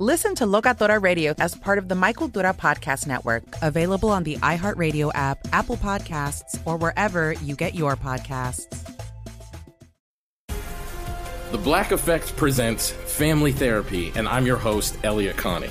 Listen to Locatora Radio as part of the Michael Dura Podcast Network, available on the iHeartRadio app, Apple Podcasts, or wherever you get your podcasts. The Black Effect presents Family Therapy, and I'm your host, Elliot Connie.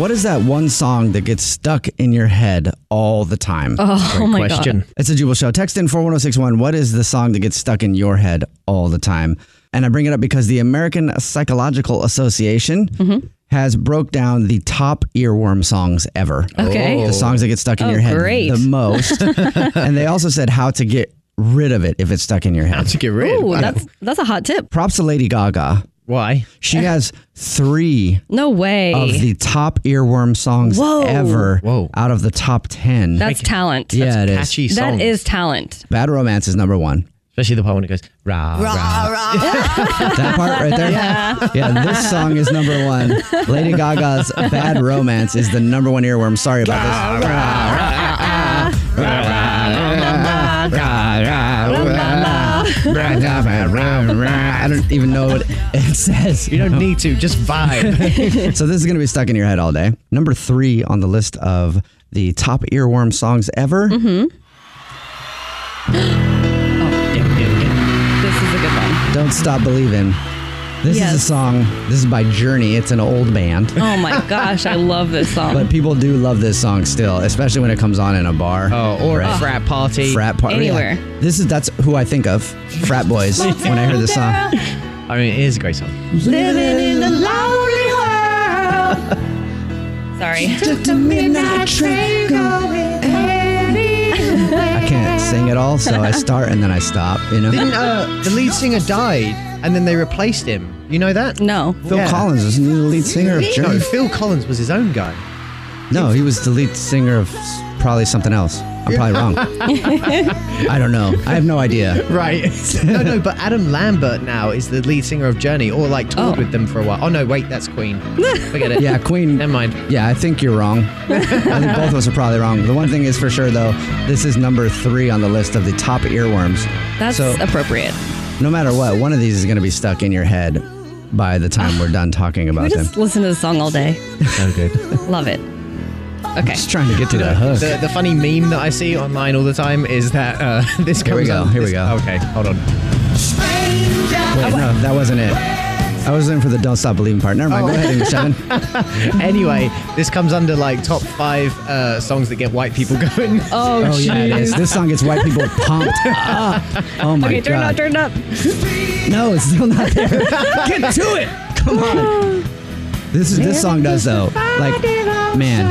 What is that one song that gets stuck in your head all the time? Oh, my question. It's a Jubal Show. Text in 41061. What is the song that gets stuck in your head all the time? And I bring it up because the American Psychological Association Mm-hmm. has broke down the top earworm songs ever. Okay. The songs that get stuck in Oh, your head great. the most. and they also said how to get rid of it if it's stuck in your head. to get God. rid. Ooh, Wow. that's that's a hot tip. Props to Lady Gaga. Why? She has three No way. of the top earworm songs Whoa. ever Whoa. out of the top 10. that's talent. yeah, it is. Catchy song. That is talent. Bad Romance is number one. Especially the part when it goes, rah, rah. That part right there. Yeah. this song is number one. Lady Gaga's Bad Romance is the number one earworm. Sorry about this. I don't even know what it says. You don't need to, just vibe. So this is going to be stuck in your head all day. Number three on the list of the top earworm songs ever. Mm-hmm. Oh, This is a good one. Don't Stop Believing. This is Yes. a song. This is by Journey. It's an old band. Oh my gosh, I love this song. But people do love this song still, especially when it comes on in a bar. oh, or Right. a frat party. frat party. Oh, Anywhere. This is that's who I think of. Frat boys when I hear this song. I mean, it is a great song. Living in the lonely world. Sorry. I can't sing at all, so I start and then I stop, you know. Didn't uh, the lead singer died and then they replaced him? You know that? No. Phil Yeah. Collins was the lead singer of No, Journey. Phil Collins was his own guy. No, he was the lead singer of s- probably something else. I'm probably wrong. I don't know. I have no idea. Right. no, no, but Adam Lambert now is the lead singer of Journey, or like toured Oh. with them for a while. Oh no, wait, that's Queen. Forget it. Yeah, Queen. Never mind. Yeah, I think you're wrong. I think both of us are probably wrong. The one thing is for sure, though, this is number three on the list of the top earworms. That's So- appropriate. No matter what, one of these is going to be stuck in your head by the time we're done talking We about them. just listen to the song all day. So good. Love it. Okay. Just trying to get to the hook. The, the funny meme that I see online all the time is that uh, this Here comes we go, on- here we this- go. Okay, hold on. Wait, no, that wasn't it. I was in for the "Don't Stop Believing" part. Never mind. Go ahead, and shine. Oh. Anyway, this comes under like top five uh, songs that get white people going. Oh, Oh yeah, it is. This song gets white people pumped up. Oh my Okay, turn it god. up, turn it up. No, it's still not there. Get to it. Come on. This is this song does though. Like, man,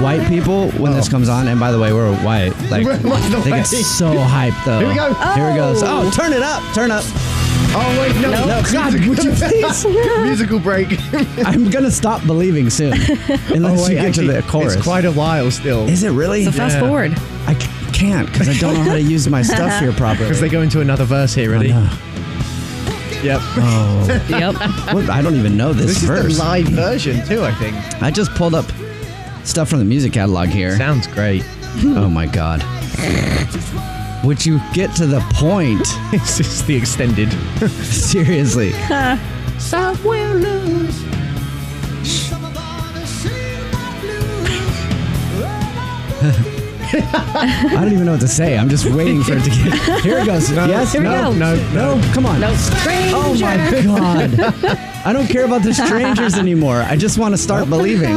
white people when this comes on, and by the way, we're white. Like, Oh. We're white. they get so hyped though. Here we go. Here it goes. Oh, turn it up. Turn up. Oh wait, no, No. God, would you please? Musical break. I'm gonna stop believing soon, unless Oh, wait, you get actually, to the chorus. It's quite a while still. Is it really? So fast forward. I c- can't because I don't know how to use my stuff here properly. Because they go into another verse here, really. Yep. Oh. Yep. What? I don't e-, even know this, This is the verse. live version too, I think. I just pulled up stuff from the music catalog here. Sounds great. oh my god. Would you get to the point? It's just the extended. Seriously. I don't even know what to say. I'm just waiting for it to get. Here it goes. yes. Here we no, go. No. No. Come on. No stranger. Oh my god. I don't care about the strangers anymore. I just want to start believing.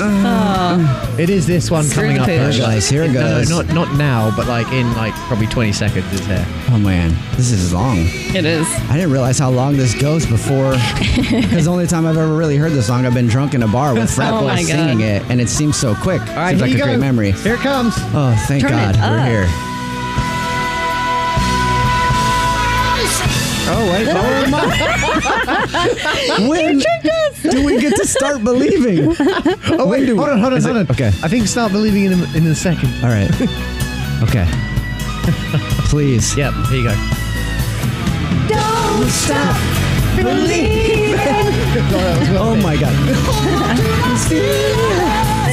Uh, It is this one Screw coming the up, pooch. though, Here it goes, here it no, goes. No, not not now, but like in like probably 20 seconds is there. Oh man, this is long. It is. I didn't realize how long this goes before. Because the only time I've ever really heard this song, I've been drunk in a bar with frat Oh my boys God. singing it, and it seems so quick. All right, seems here like you a great go. memory. Here it comes. Oh, thank Turn God, it we're up. here. Oh wait, oh my! when do we get to start believing? Oh wait, hold on, hold on, Is hold it- on. okay. I think start believing in a, in a second. All right. Okay. Please. Yep. Here you go. Don't stop believing. oh my god.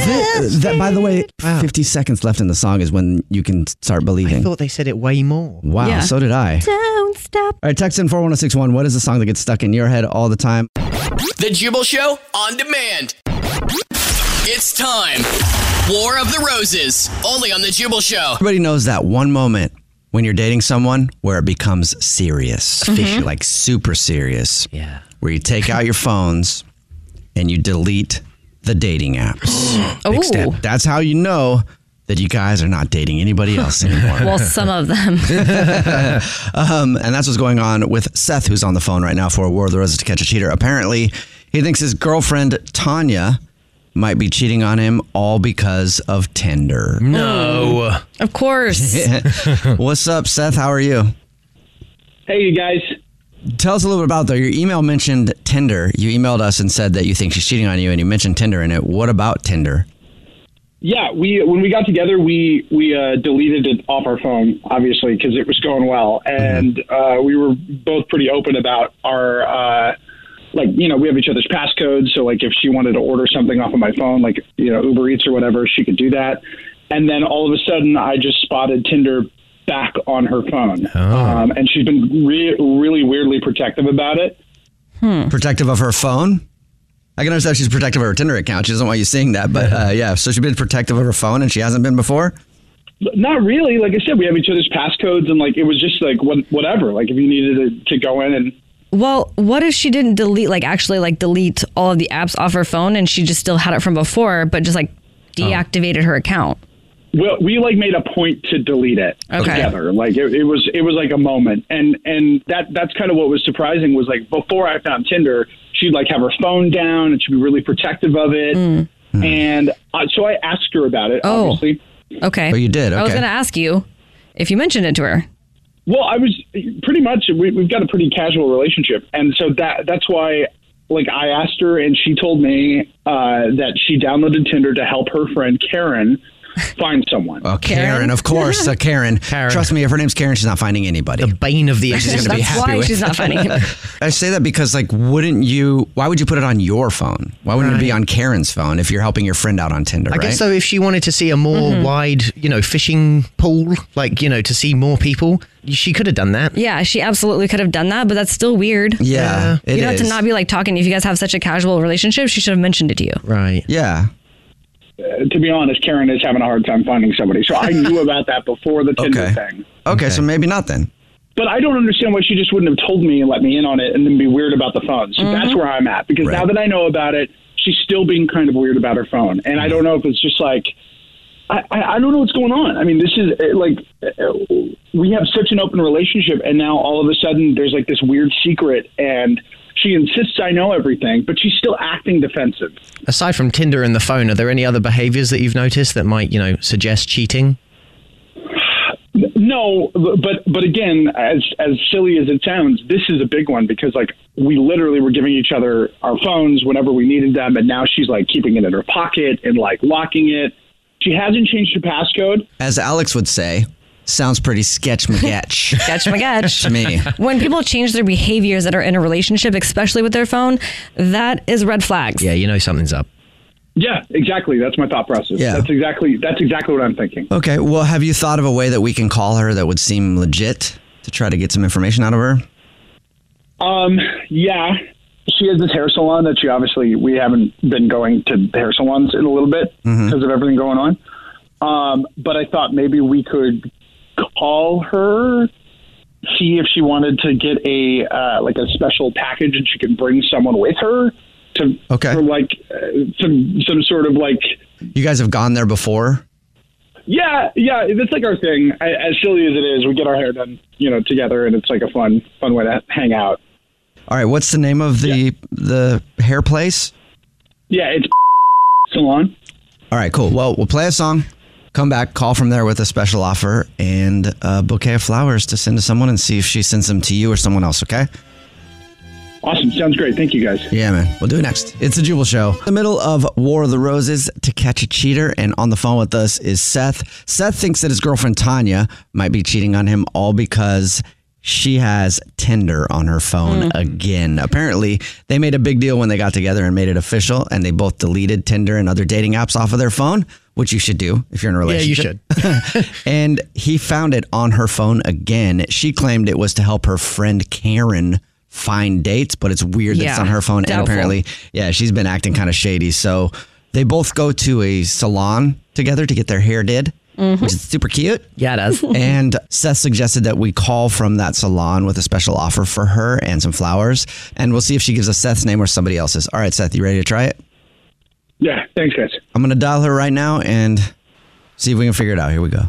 Th- that, by the way, Wow. 50 seconds left in the song is when you can start I believing. thought they said it way more. wow, Yeah. so did I. Don't stop. All right, text in 41061. What is the song that gets stuck in your head all the time? The Jubal Show on demand. It's time. War of the Roses, only on The Jubal Show. Everybody knows that one moment when you're dating someone where it becomes serious, fishy, Mm-hmm. like super serious. Yeah. Where you take out your phones and you delete the dating apps. Big step. Oh. That's how you know that you guys are not dating anybody else anymore. Well, some of them. Um, and that's what's going on with Seth, who's on the phone right now for War of the Roses to catch a cheater. Apparently, he thinks his girlfriend Tanya might be cheating on him all because of Tinder. No. Mm. Of course. What's up, Seth? How are you? Hey, you guys. Tell us a little bit about though. Your email mentioned Tinder. You emailed us and said that you think she's cheating on you, and you mentioned Tinder in it. What about Tinder? Yeah, we when we got together, we we uh, deleted it off our phone, obviously, because it was going well, and uh, we were both pretty open about our. Uh, like you know, we have each other's passcodes. So like, if she wanted to order something off of my phone, like you know Uber Eats or whatever, she could do that. And then all of a sudden, I just spotted Tinder back on her phone, um, and she's been re- really weirdly protective about it. Hmm. Protective of her phone. I can understand she's protective of her Tinder account. She doesn't want you seeing that, but uh, yeah. So she's been protective of her phone, and she hasn't been before. Not really. Like I said, we have each other's passcodes, and like it was just like what, whatever. Like if you needed to, to go in and well, what if she didn't delete, like actually, like delete all of the apps off her phone, and she just still had it from before, but just like Oh. deactivated her account? well, we like made a point to delete it Okay. together. Like it, it was, it was like a moment, and and that that's kind of what was surprising was like before I found Tinder, she'd like have her phone down and she'd be really protective of it, Hmm. and uh, so I asked her about it. Hmm. Oh. Obviously, Okay. Oh, you did? I was Okay. going to ask you if you mentioned it to her. Well, I was pretty much we, we've got a pretty casual relationship, and so that that's why like I asked her, and she told me uh, that she downloaded Tinder to help her friend Karen find someone. Oh, Karen, Karen? of course, uh, Karen. Karen. Trust me, if her name's Karen, she's not finding anybody. The bane of the She's existence. gonna be That's happy why with- she's not funny. I say that because, like, wouldn't you? Why would you put it on your phone? Why wouldn't it be Right. on Karen's phone if you're helping your friend out on Tinder? I right? guess so. If she wanted to see a more Mm-hmm. wide, you know, fishing pool, like you know, to see more people, she could have done that. yeah, she absolutely could have done that, but that's still weird. Yeah, it you don't have is. to not be like talking. If you guys have such a casual relationship, she should have mentioned it to you. Right. Yeah. Uh, to be honest, Karen is having a hard time finding somebody, so I knew about that before the Tinder Okay. thing. Okay, so maybe not then. But I don't understand why she just wouldn't have told me and let me in on it, and then be weird about the phone. So that's where I'm at because now Mm-hmm. Right. that I know about it, she's still being kind of weird about her phone, and Mm-hmm. I don't know if it's just like. I, I I don't know what's going on. I mean, this is uh, like uh, we have such an open relationship, and now all of a sudden there's like this weird secret, and she insists I know everything, but she's still acting defensive. Aside from Tinder and the phone, are there any other behaviors that you've noticed that might, you know, suggest cheating? N- No, No, but but again, as as silly as it sounds, this is a big one because like we literally were giving each other our phones whenever we needed them, and now she's like keeping it in her pocket and like locking it. She hasn't changed her passcode. As Alex would say, sounds pretty sketch magetch. Sketch magetch. to me. When people change their behaviors that are in a relationship, especially with their phone, that is red flags. Yeah, you know something's up. Yeah, exactly. That's my thought process. Yeah. That's exactly that's exactly what I'm thinking. Okay. Well, have you thought of a way that we can call her that would seem legit to try to get some information out of her? Um, yeah. She has this hair salon that she obviously we haven't been going to hair salons in a little bit Mhm. because of everything going on. Um, but I thought maybe we could call her, see if she wanted to get a uh, like a special package and she could bring someone with her to okay. for like uh, some some sort of like You guys have gone there before. yeah yeah that's like our thing. I, as silly as it is, we get our hair done you know together and it's like a fun fun way to hang out. All right. What's the name of the the hair place? Yeah, it's salon. All right. Cool. Well, we'll play a song. Come back, call from there with a special offer and a bouquet of flowers to send to someone and see if she sends them to you or someone else, okay? Awesome. Sounds great. Thank you guys. Yeah, man. We'll do it next. It's the Jubal Show. In the middle of War of the Roses to catch a cheater, and on the phone with us is Seth. Seth thinks that his girlfriend Tanya might be cheating on him all because she has Tinder on her phone Mm. again. Apparently, they made a big deal when they got together and made it official, and they both deleted Tinder and other dating apps off of their phone, which you should do if you're in a Yeah, you relationship. should. and he found it on her phone again. She claimed it was to help her friend Karen find dates, but it's weird that it's Yeah, on her phone. And doubtful. apparently, yeah, she's been acting kind of shady. So they both go to a salon together to get their hair did. Which is super cute. Yeah, it does. and Seth suggested that we call from that salon with a special offer for her and some flowers. And we'll see if she gives us Seth's name or somebody else's. All right, Seth, you ready to try it? Yeah. Thanks, guys. I'm going to dial her right now and see if we can figure it out. Here we go.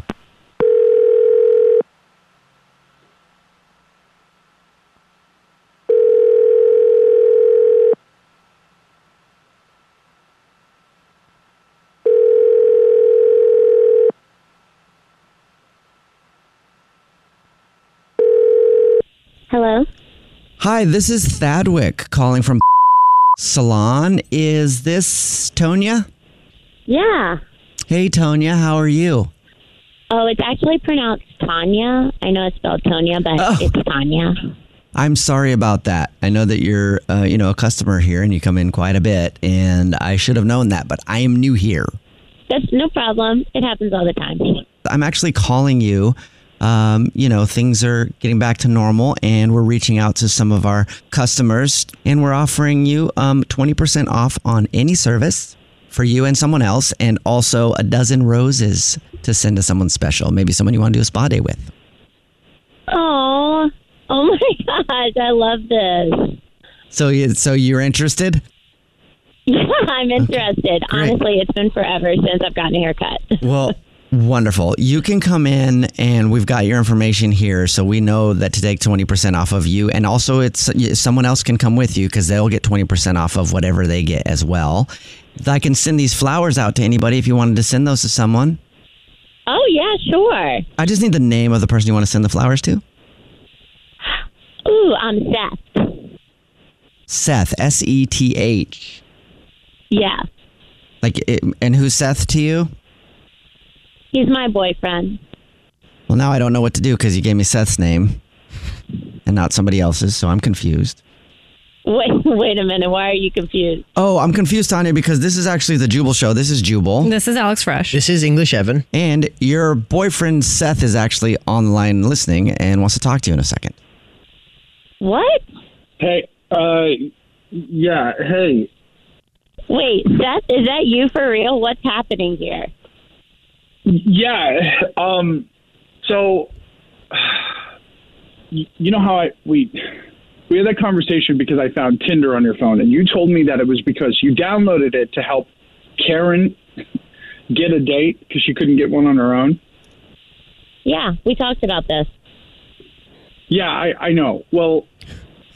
Hello. Hi, this is Thadwick calling from Salon. Is this Tonya? Yeah. Hey, Tonya, how are you? Oh, it's actually pronounced Tanya. I know it's spelled Tonya, but it's Tanya. I'm sorry about that. I know that you're, uh, you know, a customer here and you come in quite a bit, and I should have known that, but I am new here. That's no problem. It happens all the time. I'm actually calling you. Um, you know, things are getting back to normal, and we're reaching out to some of our customers, and we're offering you um, 20% off on any service for you and someone else, and also a dozen roses to send to someone special, maybe someone you want to do a spa day with. Oh, oh my gosh, I love this. So, you, so you're interested? Yeah, I'm interested. great. Honestly, it's been forever since I've gotten a haircut. Well, wonderful. You can come in and we've got your information here. So we know that to take 20% off of you. And also, it's someone else can come with you because they'll get 20% off of whatever they get as well. I can send these flowers out to anybody if you wanted to send those to someone. Oh yeah, sure. I just need the name of the person you want to send the flowers to. Ooh, I'm Seth. Seth, S E T H. Yeah, Like, it, and who's Seth to you? he's my boyfriend. Well, now I don't know what to do because you gave me Seth's name and not somebody else's. So I'm confused. Wait, wait a minute. Why are you confused? Oh, I'm confused, Tanya, because this is actually the Jubal show. This is Jubal. This is Alex Fresh. This is English Evan. And your boyfriend Seth is actually online listening and wants to talk to you in a second. What? Hey, uh, yeah, hey. Wait, Seth, is that you for real? What's happening here? Yeah. Um. So, y- you know how I we we had that conversation because I found Tinder on your phone, and you told me that it was because you downloaded it to help Karen get a date because she couldn't get one on her own. Yeah, we talked about this. Yeah, I, I know. Well,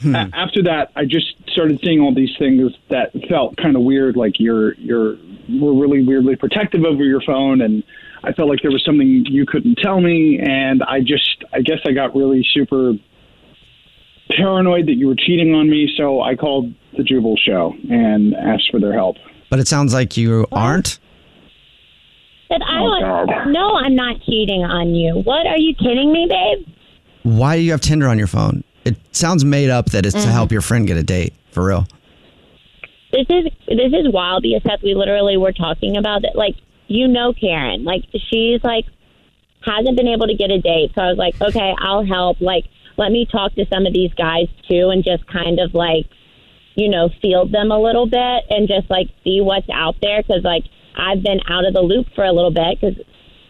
Hmm. a- after that, I just started seeing all these things that felt kind of weird. Like you're you're we're really weirdly protective over your phone, and I felt like there was something you couldn't tell me, and I just, I guess I got really super paranoid that you were cheating on me, so I called the Jubal Show and asked for their help. But it sounds like you aren't. But I was, no, I'm not cheating on you. What are you kidding me, babe? Why do you have Tinder on your phone? It sounds made up that it's to Mhm. help your friend get a date, for real. This is this is wild because Seth, we literally were talking about that. Like you know, Karen, like she's like hasn't been able to get a date. So I was like, okay, I'll help. Like let me talk to some of these guys too, and just kind of like you know field them a little bit and just like see what's out there because like I've been out of the loop for a little bit because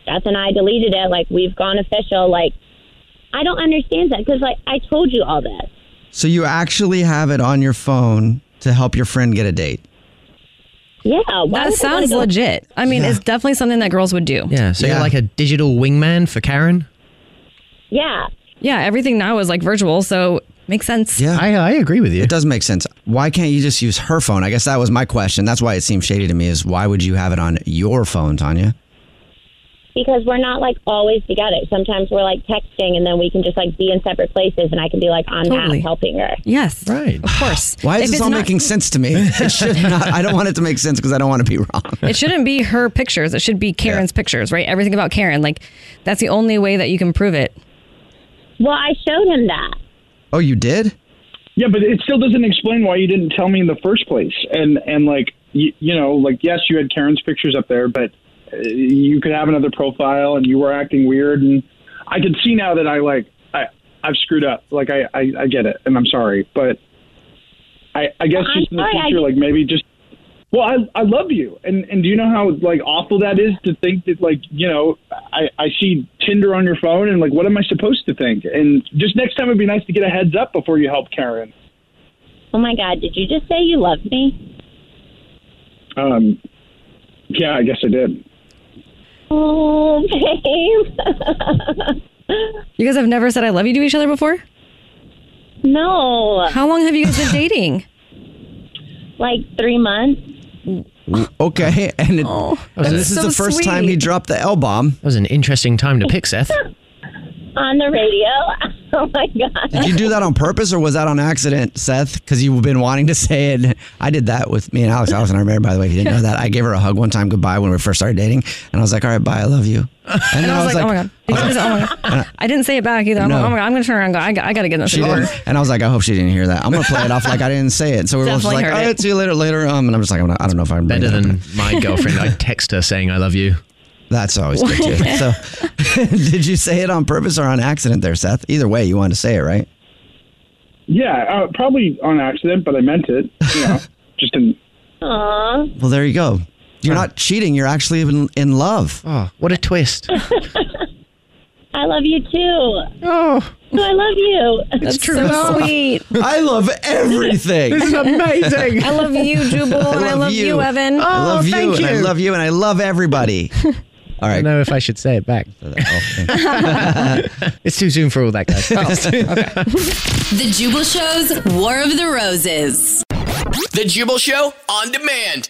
Seth and I deleted it. Like we've gone official. Like I don't understand that because like I told you all this. So you actually have it on your phone to help your friend get a date. Yeah, that would I sounds wanna go- legit. I mean, it's definitely something that girls would do. Yeah, so you're like a digital wingman for Karen. Yeah. Yeah, everything now is like virtual, so makes sense. Yeah, I, I agree with you. It does make sense. Why can't you just use her phone? I guess that was my question. That's why it seemed shady to me. Is why would you have it on your phone, Tanya? because we're not like always together. Sometimes we're like texting and then we can just like be in separate places and I can be like on Totally. that helping her. Yes. Right. Of course. Why If is this it's all not- making sense to me? It should not. I don't want it to make sense because I don't want to be wrong. It shouldn't be her pictures. It should be Karen's pictures, right? Everything about Karen. Like, that's the only way that you can prove it. Well, I showed him that. Oh, you did? Yeah, but it still doesn't explain why you didn't tell me in the first place. And and like you, you know, like yes, you had Karen's pictures up there, but uh, you could have another profile, and you were acting weird. And I can see now that I like I I've screwed up. Like I I, I get it, and I'm sorry, but I I guess Well, I'm just in the sorry, I- future, like maybe just. Well, I I love you, and and do you know how like awful that is to think that like you know I I see Tinder on your phone and like what am I supposed to think? And just next time it'd be nice to get a heads up before you help Karen. Oh my God, did you just say you loved me? Um, yeah, I guess I did. Oh, babe. You guys have never said I love you to each other before? No. How long have you guys been dating? Like three months. Okay, and it, Oh, and That was this is so the first time sweet. he dropped the L bomb. Oh. That was an interesting time to pick, Seth. on the radio. Oh my God. Did you do that on purpose or was that on accident, Seth? Because you've been wanting to say it. I did that with me and Alex. Alex and I are married, by the way. If you didn't know that, I gave her a hug one time goodbye when we first started dating, and I was like, "All right, bye, I love you." And, then And I was like, oh my God. I was like- Oh my God. I didn't say it back either. I'm No. like, oh my God, I'm going to turn around and go, I got, I got to get in this She order. didn't. And I was like, I hope she didn't hear that. I'm gonna play it off like I didn't say it. So we we're both Definitely like, heard "All it. right, see you later, later." Um, and I'm just like, I'm not, I don't know if I'm Better bringing than that up. my girlfriend. I text her saying I love you. That's always good too. So, did you say it on purpose or on accident, there, Seth? Either way, you wanted to say it, right? Yeah, uh, probably on accident, but I meant it. You know, just in. Aw. Well, there you go. You're not cheating. You're actually in, in love. Oh, what a twist! I love you too. Oh. I love you. That's true. so sweet. I love everything. This is amazing. I love you, Jubal, and I love you, Evan. I love Oh, you, thank and I you. love you, and I love everybody. All right. I don't know if I should say it back. it's too soon for all that, guys. The Jubal Show's War of the Roses. The Jubal Show on demand.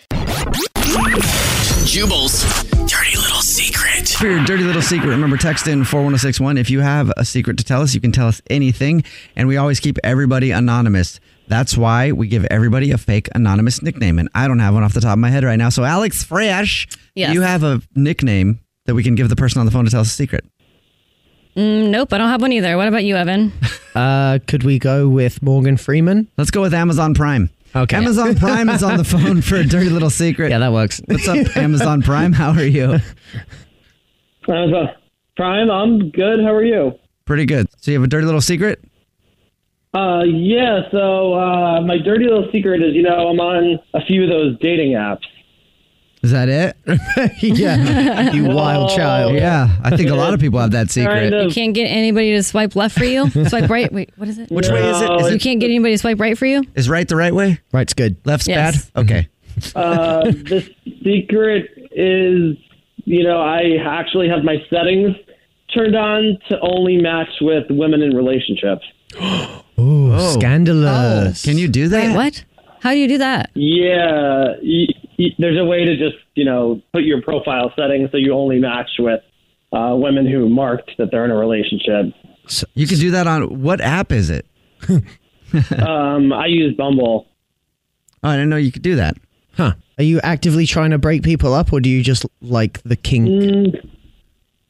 Jubal's dirty little secret. For your dirty little secret, remember text in 41061. If you have a secret to tell us, you can tell us anything. And we always keep everybody anonymous. That's why we give everybody a fake anonymous nickname. And I don't have one off the top of my head right now. So, Alex Fresh, Yes. you have a nickname that we can give the person on the phone to tell us a secret. Mm, nope, I don't have one either. What about you, Evan? Uh, could we go with Morgan Freeman? Let's go with Amazon Prime. Okay. Amazon Prime is on the phone for a dirty little secret. Yeah, that works. What's up, Amazon Prime? How are you? Amazon Prime, I'm good. How are you? Pretty good. So, you have a dirty little secret? Uh, yeah, so uh, my dirty little secret is, you know, I'm on a few of those dating apps. Is that it? yeah. You Oh. wild child. Yeah. I think a lot of people have that secret. You can't get anybody to swipe left for you. swipe right. Wait, what is it? Which way is it? Is you it- can't get anybody to swipe right for you. Is right the right way? Right's good. Mm-hmm. Left's Yes. bad? Okay. Uh, the secret is, you know, I actually have my settings turned on to only match with women in relationships. Ooh, scandalous. Can you do Uh. Wait, what? How do you do that? Yeah, y- y- there's a way to just you know put your profile setting so you only match with uh, women who marked that they're in a relationship. you can do that on what app is it? um, I use Bumble. Oh, I didn't know you could do that. Huh. Are you actively trying to break people up or do you just like the kink?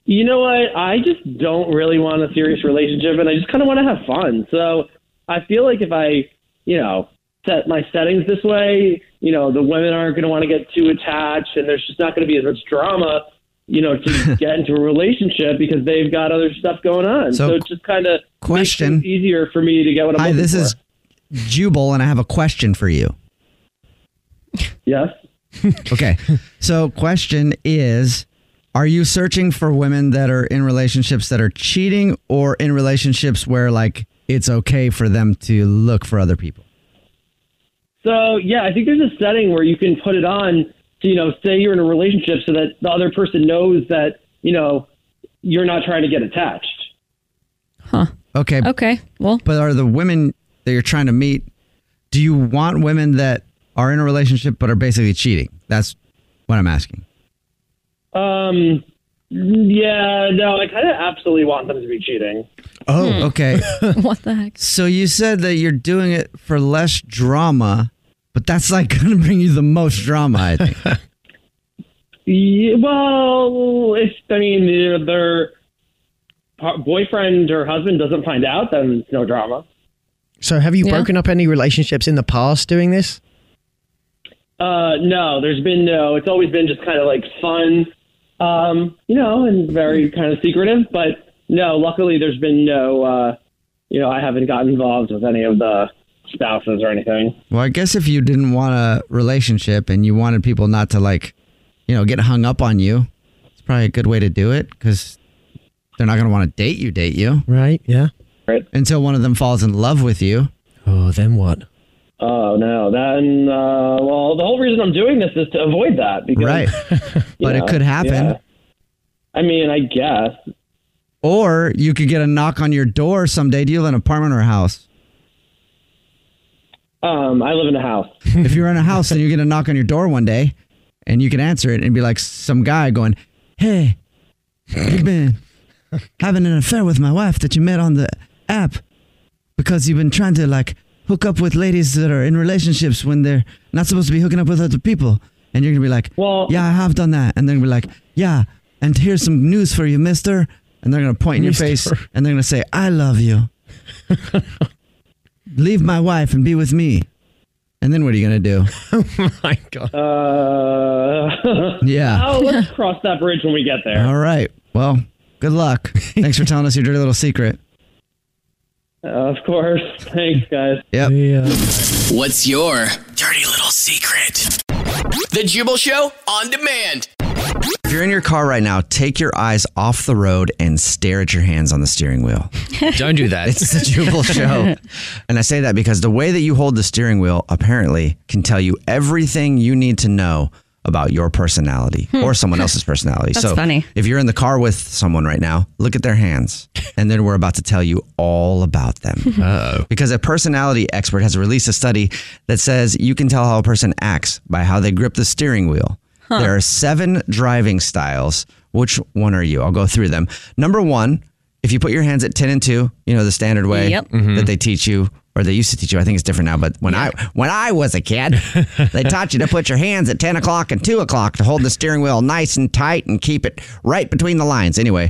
You know what? I just don't really want a serious relationship, and I just kind of want to have fun. So I feel like if I, you know, set my settings this way, you know, the women aren't going to want to get too attached, and there's just not going to be as much drama, you know, to get into a relationship because they've got other stuff going on. So, So, it's just kind of question. makes it easier for me to get what I'm Hi, looking this for. is Jubal, and I have a question for you. yes. Okay. So, question is Are you searching for women that are in relationships that are cheating or in relationships where, like, it's okay for them to look for other people? So yeah, I think there's a setting where you can put it on to you know say you're in a relationship so that the other person knows that you know you're not trying to get attached. Okay. Okay. Well, but are the women that you're trying to meet, do you want women that are in a relationship but are basically cheating? That's what I'm asking. Um, yeah, no, I kind of absolutely want them to be cheating. Oh, okay. Hmm. what the heck? So you said that you're doing it for less drama, but that's like going to bring you the most drama, I think. Yeah, well, if I mean their- their par- boyfriend or husband doesn't find out, then it's no drama. So have you Yeah. broken up any relationships in the past doing this? Uh, no, there's been no. It's always been just kind of like fun, um, you know, and very kind of secretive. But no, luckily there's been no. Uh, you know, I haven't gotten involved with any of the spouses or anything. well, I guess if you didn't want a relationship and you wanted people not to like, you know, get hung up on you, it's probably a good way to do it because they're not going to want to date you, date you. Right. Yeah. Right. Until one of them falls in love with you. Oh, then what? Oh no! Then, uh, well, the whole reason I'm doing this is to avoid that. Because, Right. you But it know, could happen. yeah. I mean, I guess. Or you could get a knock on your door someday. Do you live in an apartment or a house? Um, I live in a house. if you're in a house and you get a knock on your door one day and you can answer it and be like some guy going, Hey, you've been having an affair with my wife that you met on the app because you've been trying to like hook up with ladies that are in relationships when they're not supposed to be hooking up with other people. And you're going to be like, Well, yeah, I have done that. And they're going to be like, Yeah, and here's some news for you, mister. And they're going to point in your face and they're going to say, I love you. Leave my wife and be with me. And then what are you going to do? oh my god. Uh, Yeah. Oh, let's cross that bridge when we get there. All right. Well, good luck. Thanks for telling us your dirty little secret. Uh-huh. Uh, of course. Thanks, guys. Yep. What's your dirty little secret? The Jubal Show on demand. If you're in your car right now, take your eyes off the road and stare at your hands on the steering wheel. Don't do that. It's the Jubal Show. And I say that because the way that you hold the steering wheel apparently can tell you everything you need to know about your personality Hmm. or someone else's personality. That's so funny. if you're in the car with someone right now, look at their hands. And then we're about to tell you all about them. oh Because a personality expert has released a study that says you can tell how a person acts by how they grip the steering wheel. Huh. There are seven driving styles. Which one are you? I'll go through them. Number one, if you put your hands at 10 and 2, you know, the standard way Yep. Mm-hmm. that they teach you or they used to teach you. I think it's different now, but when I when I was a kid, they taught you to put your hands at ten o'clock and two o'clock to hold the steering wheel nice and tight and keep it right between the lines. Anyway,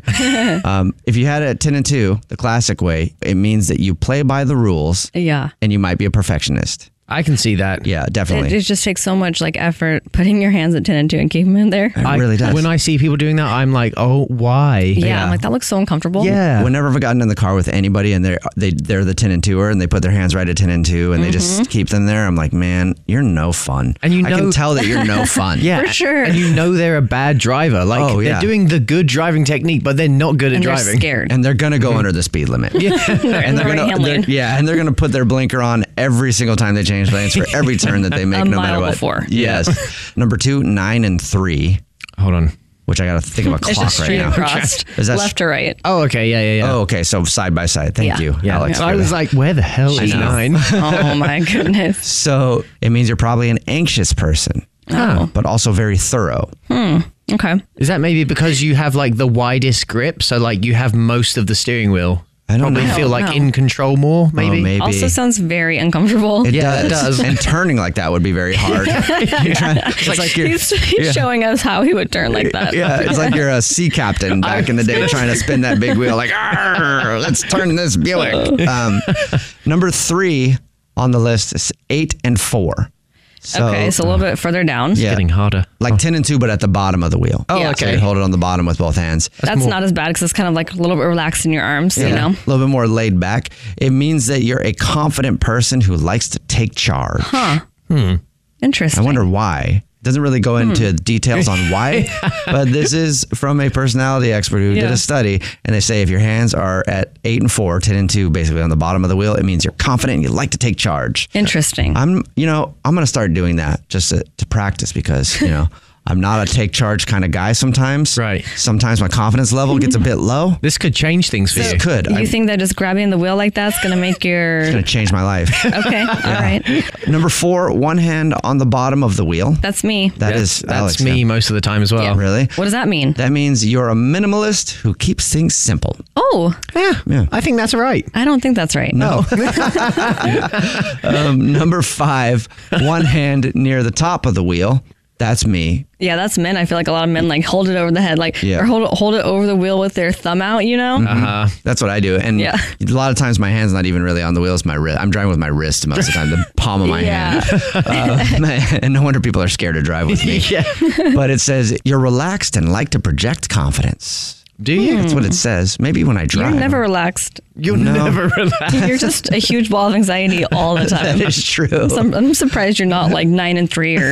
um, if you had it at ten and two, the classic way, it means that you play by the rules. Yeah. and you might be a perfectionist. I can see that. Yeah, It, definitely. it just takes so much like effort putting your hands at 10 and 2 and keeping them in there. I, When I see people doing that, I'm like, oh, why? yeah, I'm like, that looks so uncomfortable. Whenever I've gotten in the car with anybody and they're they they're the ten and twoer and they put their hands right at ten and two and they Mhm. just keep them there, I'm like, man, you're no fun. And you I can know- tell that you're no fun. Yeah, And you know they're a bad driver. Like Oh, yeah. they're doing the good driving technique, but they're not good at driving. Mm-hmm. and they're gonna go under the speed limit. Yeah. and they're gonna they're- yeah, and they're gonna put their blinker on every single time they change lanes for every turn that they make, A no mile matter what. before. Yes, number two, nine and three. Hold on, which I gotta think of a It's clock just right straight now. across, left to right. Oh, okay, yeah, yeah, yeah. Oh, okay, so side by side. Thank Yeah. you, Yeah. Alex. So I for was that. like, where the hell I is know. nine? Oh my goodness. So it means you're probably an anxious person. Oh. but also very thorough. Hmm. Okay. Oh. Is that maybe because you have like the widest grip, so like you have most of the steering wheel? I don't probably know. Oh, feel like No. in control more. Maybe. Also sounds very uncomfortable. It does. and turning like that would be very hard. You're trying- it's like, you're he's he's yeah. showing us how he would turn like that. Yeah, it's like you're a sea captain back in the day gonna trying to spin that big wheel, like, "Arr, let's turn this Oh. Buick. Um, number three on the list is eight and four. okay, so a little bit further down. harder. Like 10 and 2, but at the bottom of the wheel. Oh, Yeah. So okay. you hold it on the bottom with both hands. That's not as bad because it's kind of like a little bit relaxed in your arms, you know? A little bit more laid back. It means that you're a confident person who likes to take charge. Huh. Hmm. Interesting. Hmm. I wonder why. Doesn't really go into details on why, but this is from a personality expert who did Yeah. a study, and they say if your hands are at eight and four, 10 and two, basically on the bottom of the wheel, it means you're confident and you like to take charge. Interesting. I'm, you know, I'm gonna start doing that just to, to practice because you know I'm not a take charge kind of guy. Sometimes, right? Sometimes my confidence level gets a bit low. This could change things for this you. Could You I- think that just grabbing the wheel like that's going to make your. it's gonna change my life. okay, all right. Number four, one hand on the bottom of the wheel. That's me. That is that's Alex, me yeah. most of the time as well. Really? What does that mean? That means you're a minimalist who keeps things simple. Oh. Yeah. Yeah. I think that's right. I don't think that's right. No. um, number five, one hand near the top of the wheel. That's me. Yeah, that's men. I feel like a lot of men like hold it over the head, like Yeah. or hold it, hold it over the wheel with their thumb out. You know, Mhm. That's what I do. And Uh-huh. Yeah. a lot of times my hand's not even really on the wheels. My wrist. I'm driving with my wrist most of the time, the palm of my Yeah. hand. Uh, and no wonder people are scared to drive with me. yeah. But it says you're relaxed and like to project confidence. Do you? That's what it says. Maybe when I drive. you're never relaxed. You're No. never relaxed. You're just a huge ball of anxiety all the time. That is true. I'm, I'm surprised you're not like nine and three or.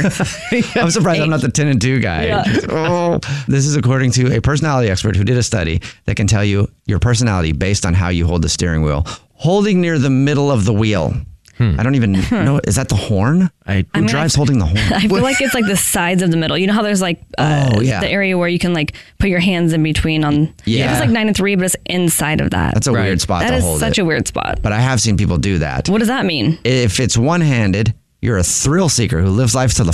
I'm surprised I'm not the 10 and 2 guy. Yeah. Oh. This is according to a personality expert who did a study that can tell you your personality based on how you hold the steering wheel. Holding near the middle of the wheel. I don't even know. Is that the horn? I, who mean, drives I- holding the horn? I feel like it's like the sides of the middle. You know how there's like uh, Oh, yeah. the area where you can like put your hands in between on. Yeah. It's like nine and three, but it's inside of that. That's a weird spot That to is hold such it. a weird spot. But I have seen people do that. What does that mean? If it's one handed, you're a thrill seeker who lives life to the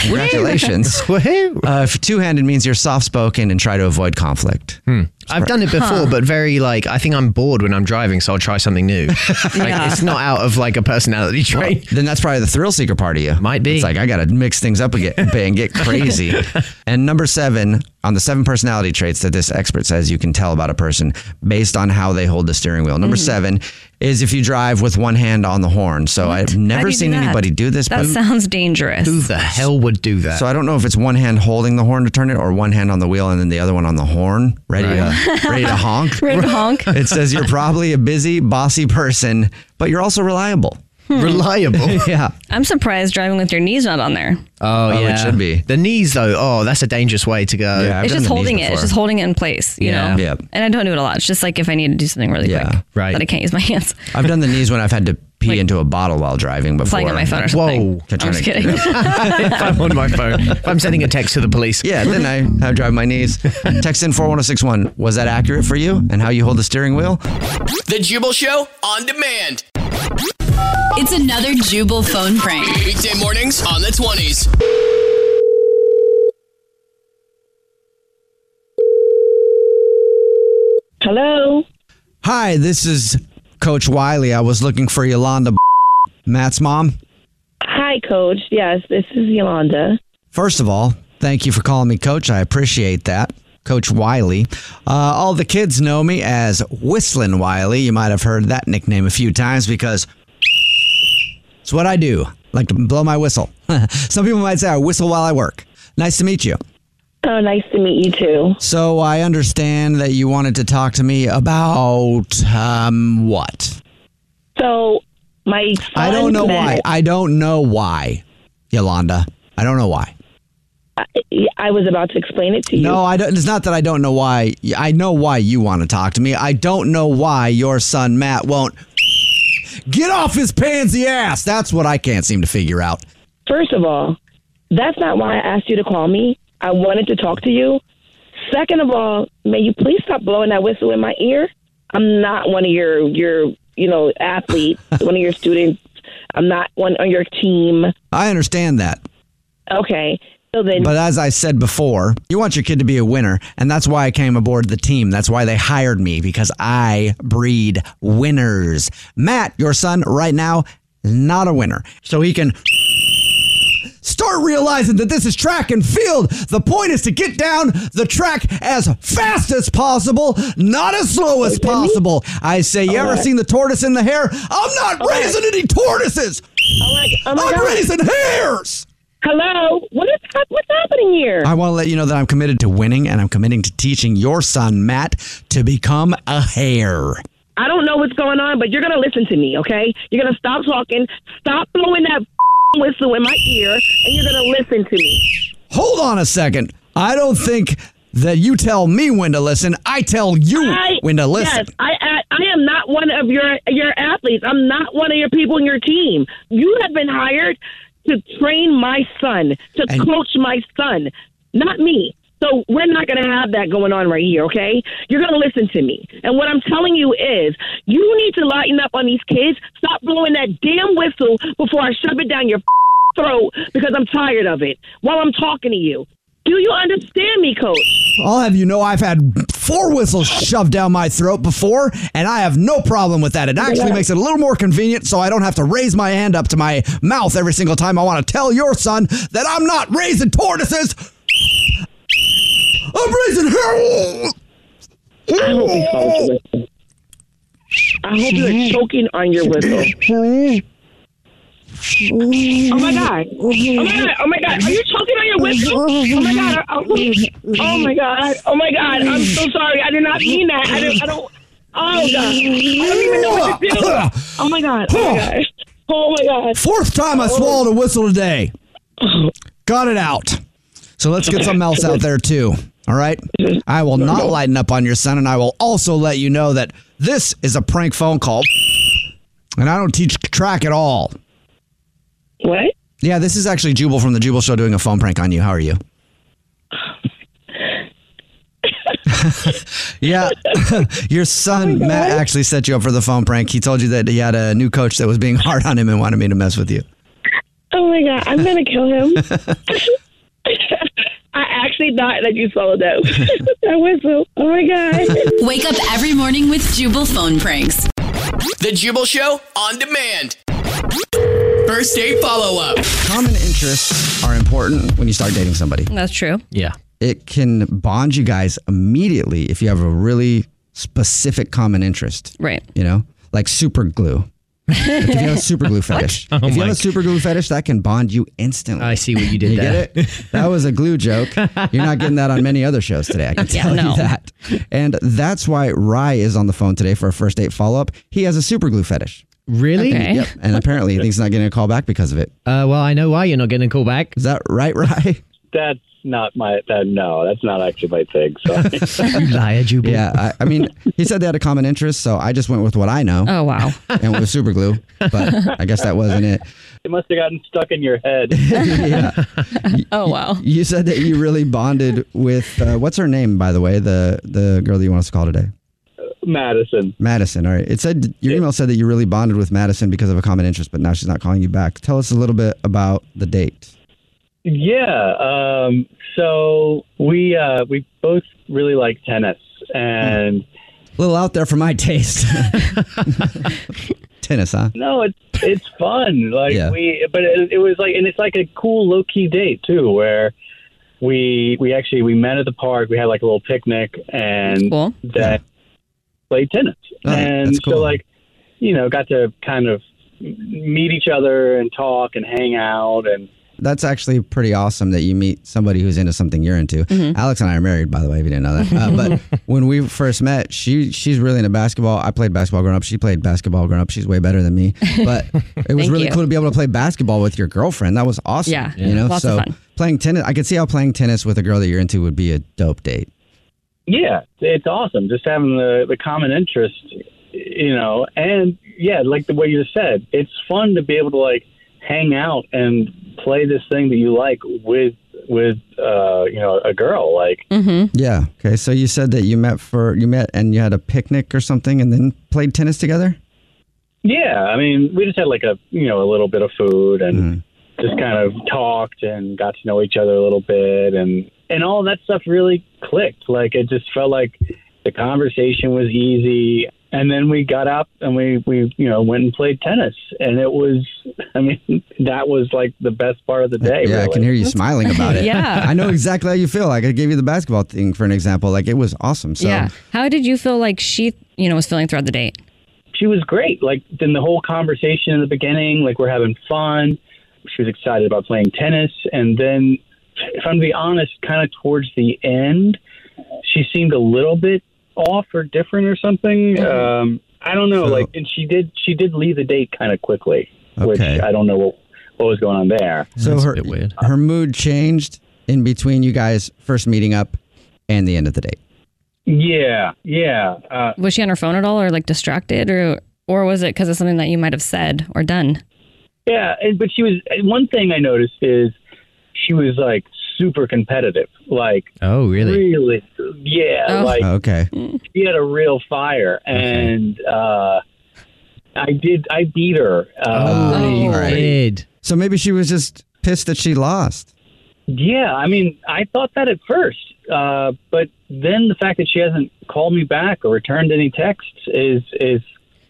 Congratulations. uh, if two handed means you're soft spoken and try to avoid conflict. Hmm. I've done it before, Huh. but very like I think I'm bored when I'm driving, so I'll try something new. like, Yeah. It's not out of like a personality trait. then that's probably the thrill seeker part of you. Might be. It's like I got to mix things up again and get crazy. and number seven on the seven personality traits that this expert says you can tell about a person based on how they hold the steering wheel. Number Mhm. seven is if you drive with one hand on the horn. So I've How do never you seen do that? anybody do this. That but- sounds dangerous. hell would do that? So I don't know if it's one hand holding the horn to turn it, or one hand on the wheel and then the other one on the horn, ready to ready to honk. Ready to honk. It says you're probably a busy, bossy person, but you're also reliable. Hmm. Reliable? yeah. I'm surprised driving with your knees not on there. Oh, it yeah, should be. the knees though. Oh, that's a dangerous way to go. Uh, it's just holding it. It's just holding it in place. You Yeah. know. Yeah. And I don't do it a lot. It's just like if I need to do something really quick, Right. that I can't use my hands. I've done the knees when I've had to pee into a bottle while driving before. Playing on my phone or something. To try I'm just to- kidding. if I'm on my phone, if I'm sending a text to the police. Yeah, then I, I drive my knees. Text in 41061. Was that accurate for you and how you hold the steering wheel? The Jubal Show on demand. It's another Jubal phone prank. Weekday mornings on the 20s. Hello. Hi, this is Coach Wiley. I was looking for Yolanda, Matt's mom. Hi, Coach. Yes, this is Yolanda. First of all, thank you for calling me Coach. I appreciate that. Coach Wiley. Uh, all the kids know me as Whistling Wiley. You might have heard that nickname a few times because it's what I do. like to blow my whistle. Some people might say I whistle while I work. Nice to meet you. Oh, nice to meet you too. So I understand that you wanted to talk to me about um, what? So my I don't son know why. Matt- I don't know why, Yolanda. I don't know why. I was about to explain it to you. No, I don't. It's not that I don't know why. I know why you want to talk to me. I don't know why your son Matt won't get off his pansy ass. That's what I can't seem to figure out. First of all, that's not why I asked you to call me. I wanted to talk to you. Second of all, may you please stop blowing that whistle in my ear? I'm not one of your your you know athlete, one of your students. I'm not one on your team. I understand that. Okay. So then, But as I said before, you want your kid to be a winner, and that's why I came aboard the team. That's why they hired me because I breed winners. Matt, your son right now, not a winner. So he can start realizing that this is track and field. The point is to get down the track as fast as possible, not as slow as possible. I say, you ever Alright. seen the tortoise in the hare? I'm not raising any tortoises. oh my I'm God. raising hares. Hello, what is hap- what's happening here? I want to let you know that I'm committed to winning and I'm committing to teaching your son, Matt, to become a hare. I don't know what's going on, but you're gonna listen to me, okay? You're gonna stop talking, stop blowing that whistle in my ear, and you're gonna listen to me. Hold on a second. I don't think that you tell me when to listen. I tell you I- when to listen. Yes, I, I I am not one of your your athletes. I'm not one of your people in your team. You have been hired to train my son, to coach my son, not me. So we're not going to have that going on right here, okay? You're going to listen to me. And what I'm telling you is, you need to lighten up on these kids. Stop blowing that damn whistle before I shove it down your throat because I'm tired of it while I'm talking to you. Do you understand me, coach? I'll have you know I've had four whistles shoved down my throat before, and I have no problem with that. It actually makes it a little more convenient so I don't have to raise my hand up to my mouth every single time I want to tell your son that I'm not raising tortoises. I'm raising hares. I hope he falls asleep. I hope you're choking on your whistle. Oh my god! Oh my god! Oh my god! Are you choking on your whistle? Oh my god! Oh, oh my god! Oh my god! I'm so sorry. I did not mean that. I don't. I don't oh god! I don't even know what to do. Oh my god! Oh my god! Oh my Oh. god! Fourth time I swallowed a whistle today. Oh. Got it out. So let's get something else out there too. All right. I will not lighten up on your son, and I will also let you know that this is a prank phone call, and I don't teach track at all. What? Yeah, this is actually Jubal from the Jubal Show doing a phone prank on you. How are you? yeah, your son Matt actually set you up for the phone prank. He told you that he had a new coach that was being hard on him and wanted me to mess with you. Oh my god! I'm gonna kill him. I actually thought that you swallowed that, that whistle. Oh my god! Wake up every morning with Jubal phone pranks. The Jubal Show on demand. First date follow up. Common interests are important when you start dating somebody. That's true. Yeah. It can bond you guys immediately if you have a really specific common interest. Right. You know, like super glue. Like if you have a super glue fetish, Oh if you my have a super glue fetish, that can bond you instantly. I see what you did you there. Get it? That was a glue joke. You're not getting that on many other shows today. I can Yeah, tell no. you that. And that's why Rye is on the phone today for a first date follow up. He has a super glue fetish. Really? Okay. Yep. And apparently, he thinks he's not getting a call back because of it. Uh, well, I know why you're not getting a call back. Is that right, Rye? That's not my. That, no, that's not actually my thing. So liar, Jubal. Yeah, I, I mean, he said they had a common interest, so I just went with what I know. Oh wow! and with super glue, but I guess that wasn't it. it must have gotten stuck in your head. Oh wow! You said that you really bonded with uh, what's her name, by the way, the the girl that you want us to call today, Madison. Madison. All right, it said your email said that you really bonded with Madison because of a common interest, but now she's not calling you back. Tell us a little bit about the date. Yeah. Um, so we uh, we both really like tennis, and A little out there for my taste. Tennis, huh? no, it's it's fun. Like Yeah. we, but it, it was like, and it's like a cool low key date too, where we we actually we met at the park. We had like a little picnic, and then played tennis. and so like, you know, got to kind of meet each other and talk and hang out and That's actually pretty awesome that you meet somebody who's into something you're into. Mm-hmm. Mhm. Alex and I are married, by the way, if you didn't know that. Uh, but when we first met, she she's really into basketball. I played basketball growing up. She played basketball growing up. She's way better than me. But it was Thank really you. cool to be able to play basketball with your girlfriend. That was awesome. Yeah. You know, Lots so of fun. playing tennis, I could see how playing tennis with a girl that you're into would be a dope date. yeah, it's awesome. Just having the, the common interest, you know, and yeah, like the way you said, it's fun to be able to like hang out and play this thing that you like with with uh, you know a girl. Like Mm-hmm. Yeah. Okay. So you said that you met for you met and you had a picnic or something, and then played tennis together. Mm-hmm. yeah, I mean, we just had like a you know a little bit of food and just kind of talked and got to know each other a little bit and and all that stuff really clicked like it just felt like the conversation was easy and then we got up and we we you know went and played tennis and it was i mean that was like the best part of the day yeah, I really. can hear you smiling about it. Yeah. I know exactly how you feel. Like I gave you the basketball thing for an example. Like it was awesome. So yeah. How did you feel like she, you know, was feeling throughout the date? she was great. Like then the whole conversation in the beginning, like we're having fun. She was excited about playing tennis, and then, if I'm to be honest, kind of towards the end, she seemed a little bit off or different or something. Um, I don't know. like, and she did she did leave the date kind of quickly, which I don't know what what was going on there. So her her mood changed in between you guys first meeting up and the end of the date. yeah, yeah. Uh, Was she on her phone at all, or like distracted, or or was it because of something that you might have said or done? Yeah, and, but she was one thing I noticed is she was like super competitive. Like Oh, really? really, yeah, Oh. like Oh, okay. she had a real fire, and uh, I did. I beat her. Uh, pretty- So maybe she was just pissed that she lost. Yeah, I mean, I thought that at first, uh, but then the fact that she hasn't called me back or returned any texts is is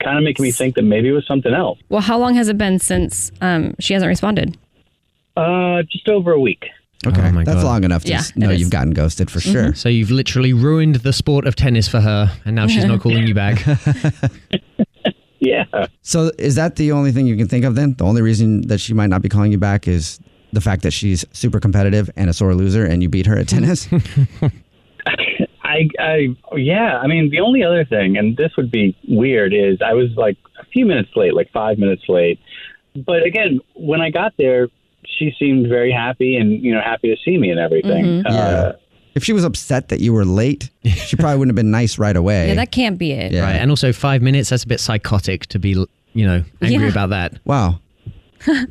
kind of making me think that maybe it was something else. Well, how long has it been since um, she hasn't responded? Uh, just over a week. Okay. That's long enough to Yeah, s- know it is. you've gotten ghosted for Mm-hmm. sure. So you've literally ruined the sport of tennis for her, and now she's not calling you back. yeah. So is that the only thing you can think of then? The only reason that she might not be calling you back is the fact that she's super competitive and a sore loser and you beat her at tennis? I, I, yeah. I mean, the only other thing, and this would be weird, is I was like a few minutes late, like five minutes late. But again, when I got there, she seemed very happy and you know happy to see me and everything. Mm-hmm. Uh, Mhm. Yeah. if she was upset that you were late, she probably wouldn't have been nice right away. Yeah, that can't be it. Right. And also five minutes, that's a bit psychotic to be, you know, angry Yeah. about that. Wow.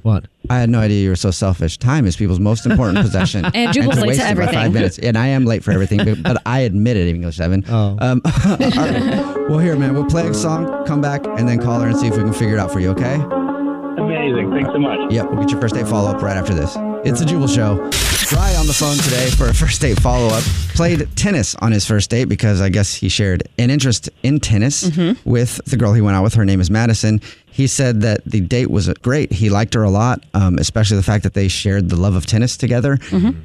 what? I had no idea you were so selfish. Time is people's most important possession. And Jubal's late to to waste it by everything. Five minutes. And I am late for everything, but, but I admit it, English 7. Oh. Um, all right. Well, here, man, we'll play a song, come back, and then call her and see if we can figure it out for you, okay? Amazing. Thanks so much. Yep, we'll get your first date follow up right after this. It's a Jubal show. Rye on the phone today for a first date follow up. Played tennis on his first date because I guess he shared an interest in tennis with the girl he went out with. Her name is Madison. He said that the date was great. He liked her a lot, um, especially the fact that they shared the love of tennis together.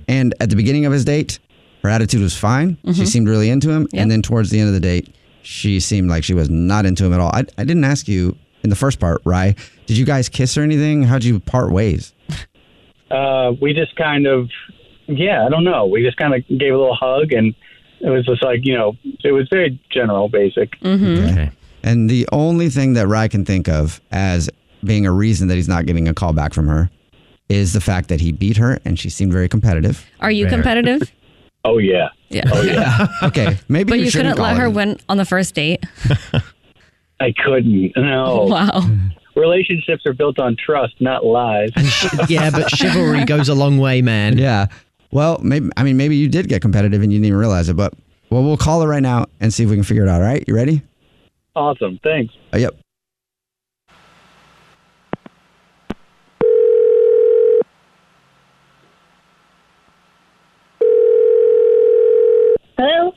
And at the beginning of his date, her attitude was fine. She Mhm. seemed really into him. And then towards the end of the date, she seemed like she was not into him at all. I, I didn't ask you in the first part, Rye. Did you guys kiss or anything? How'd you part ways? Uh, we just kind of, yeah, I don't know. We just kind of gave a little hug, and it was just like you know, it was very general, basic. Okay. Hmm? And the only thing that Rye can think of as being a reason that he's not getting a call back from her is the fact that he beat her and she seemed very competitive. Are you competitive? Oh yeah. Yeah. Oh yeah. okay. Maybe but you, you shouldn't couldn't let call her him. win on the first date. I couldn't. No. Wow. Relationships are built on trust, not lies. yeah, but chivalry goes a long way, man. Yeah. Well, maybe I mean maybe you did get competitive and you didn't even realize it, but well, we'll call her right now and see if we can figure it out. All right, you ready? Awesome. Thanks. Uh, yep. Hello,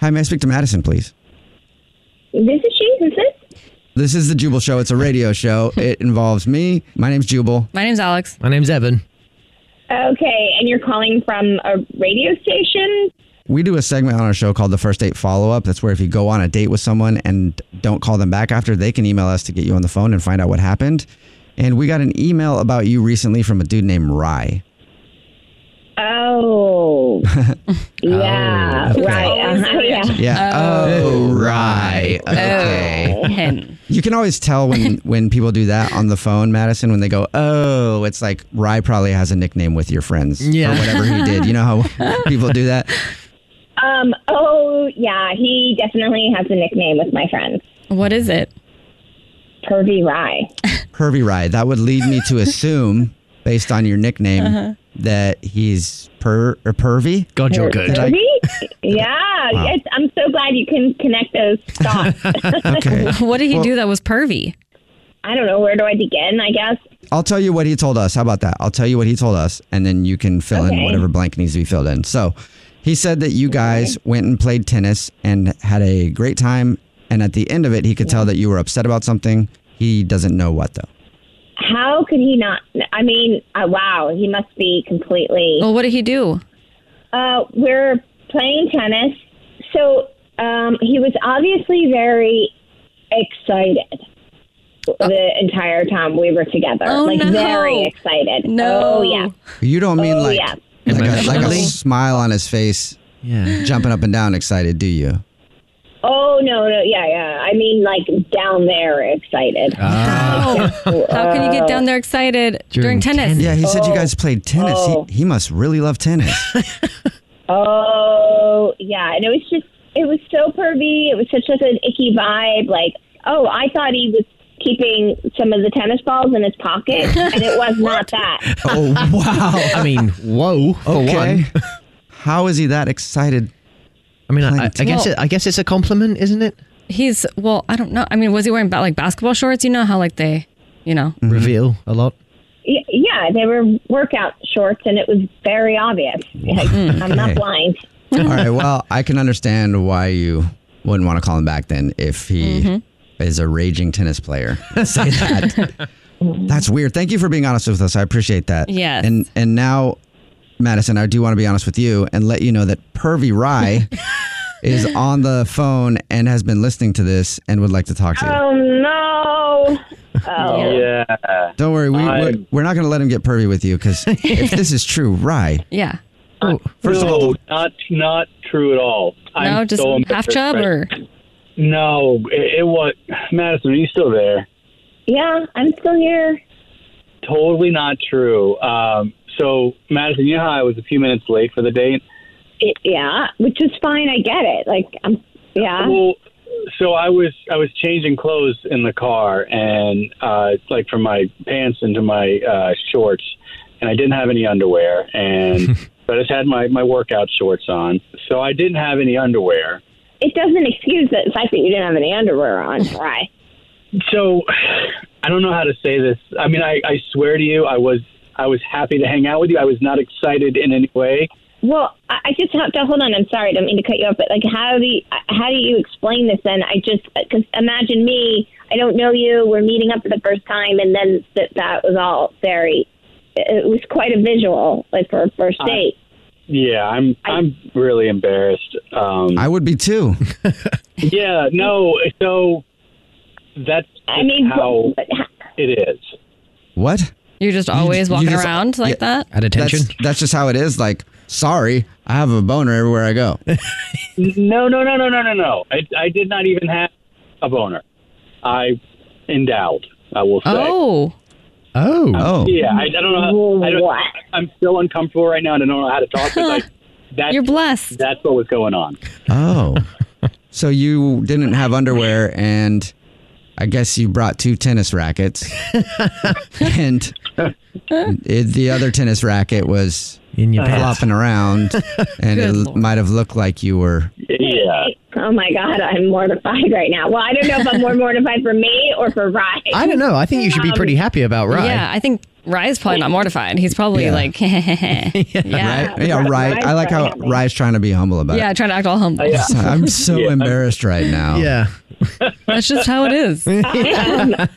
Hi, may I speak to Madison, please? this is she. Who's this? This is the Jubal Show. It's a radio show. It involves me. My name's Jubal. My name's Alex. My name's Evan. Okay, and you're calling from a radio station. We do a segment on our show called the First Date Follow Up. That's where if you go on a date with someone and don't call them back after, they can email us to get you on the phone and find out what happened. And we got an email about you recently from a dude named Rye. Oh, yeah, okay. right. uh-huh, yeah. Yeah. Oh, Rye. Oh. Okay. You can always tell when when people do that on the phone, Madison, when they go, "Oh, it's like Rye probably has a nickname with your friends Yeah. or whatever he did." You know how people do that? Um. Oh, yeah. He definitely has a nickname with my friends. What is it? Pervy Rye. Hervey Rye. That would lead me to assume, based on your nickname, Uh-huh. that he's per or pervy. God, Per- Pervy? yeah. Wow. It's, I'm so glad you can connect those dots. okay. What did he Well- do that was pervy? I don't know. Where do I begin? I guess. I'll tell you what he told us. How about that? I'll tell you what he told us, and then you can fill in Okay. whatever blank needs to be filled in. So he said that you guys went and played tennis and had a great time. And at the end of it, he could tell that you were upset about something. He doesn't know what, though. How could he not? I mean, uh, wow, he must be completely. Well, what did he do? Uh, we're playing tennis, so um, he was obviously very excited the entire time we were together. Oh, like no. very excited. No. Oh yeah. You don't mean Oh, like, yeah. like, a, like a Emotionally? smile on his face, yeah. jumping up and down excited, do you? Oh no, no, yeah, yeah. I mean, like down there, excited. Oh, how can you get down there excited during, tennis? Oh. Yeah, he said you guys played tennis. He, he must really love tennis. Oh yeah, and it was just it was so pervy. It was such like an icky vibe. Like oh, I thought he was keeping some of the tennis balls in his pocket, and it was not that. oh, wow. I mean, whoa. For Okay. one. How is he that excited? I mean, I, I Playing guess tennis. it, I guess it's a compliment, isn't it? He's well, I don't know. I mean, was he wearing ba- like basketball shorts? You know how like they, you know. Mm-hmm. Reveal a lot. Y- Yeah, they were workout shorts, and it was very obvious. Like, I'm Okay. not blind. All right. Well, I can understand why you wouldn't want to call him back then if he Mhm. Mm-hmm. is a raging tennis player. Say that. That's weird. Thank you for being honest with us. I appreciate that. Yes. And and now, Madison, I do want to be honest with you and let you know that Pervy Rye is on the phone and has been listening to this and would like to talk to you. Oh no! Oh. Yeah. Don't worry, we, I- we're, we're not going to let him get pervy with you because if this is true, Rye. Yeah. First of all, not not true at all. No, just half chub embarrassed or right No, it, it was Madison. Are you still there? Yeah, I'm still here. Totally not true. Um, so, Madison, you know how I was a few minutes late for the date. It, yeah, which is fine. I get it. Like I'm. Yeah. Well, so I was I was changing clothes in the car and uh, like from my pants into my uh, shorts, and I didn't have any underwear, and but I just had my my workout shorts on, so I didn't have any underwear. It doesn't excuse the fact that you didn't have any underwear on, right? So I don't know how to say this. I mean, I, I swear to you, I was I was happy to hang out with you. I was not excited in any way. Well, I I just have to hold on. I'm sorry, I don't mean to cut you off, but like, how do you, how do you explain this? Then I just because imagine me. I don't know you. We're meeting up for the first time, and then that that was all very. It was quite a visual, like for a first I- date. Yeah, I'm I'm really embarrassed. Um, I would be too. yeah, no. So that's I mean, how it is. What? you're just always walking just- around like that. At attention? That's, that's just how it is. Like, sorry, I have a boner everywhere I go. No, no, no, no, no, no, no. I, I did not even have a boner. I endowed. I will say. Oh. Oh. Yeah, I, I don't know. How, I don't, I'm so uncomfortable right now, and I don't know how to talk. But like, that's, You're blessed. That's what was going on. Oh. so you didn't have underwear, and I guess you brought two tennis rackets, and it, the other tennis racket was in your pants. flopping around, and it Good l- Lord. might have looked like you were. Yeah. Oh my God, I'm mortified right now. Well, I don't know if I'm more mortified for me or for Ryan. I don't know. I think you should be Um, pretty happy about Rye. Yeah, I think Rye's probably not mortified. He's probably Yeah. like, yeah, Right? Yeah, right. I like how Rye's trying to be humble about yeah, it. Oh, trying to act all humble. I'm so embarrassed right now. Yeah. That's just how it is. Um,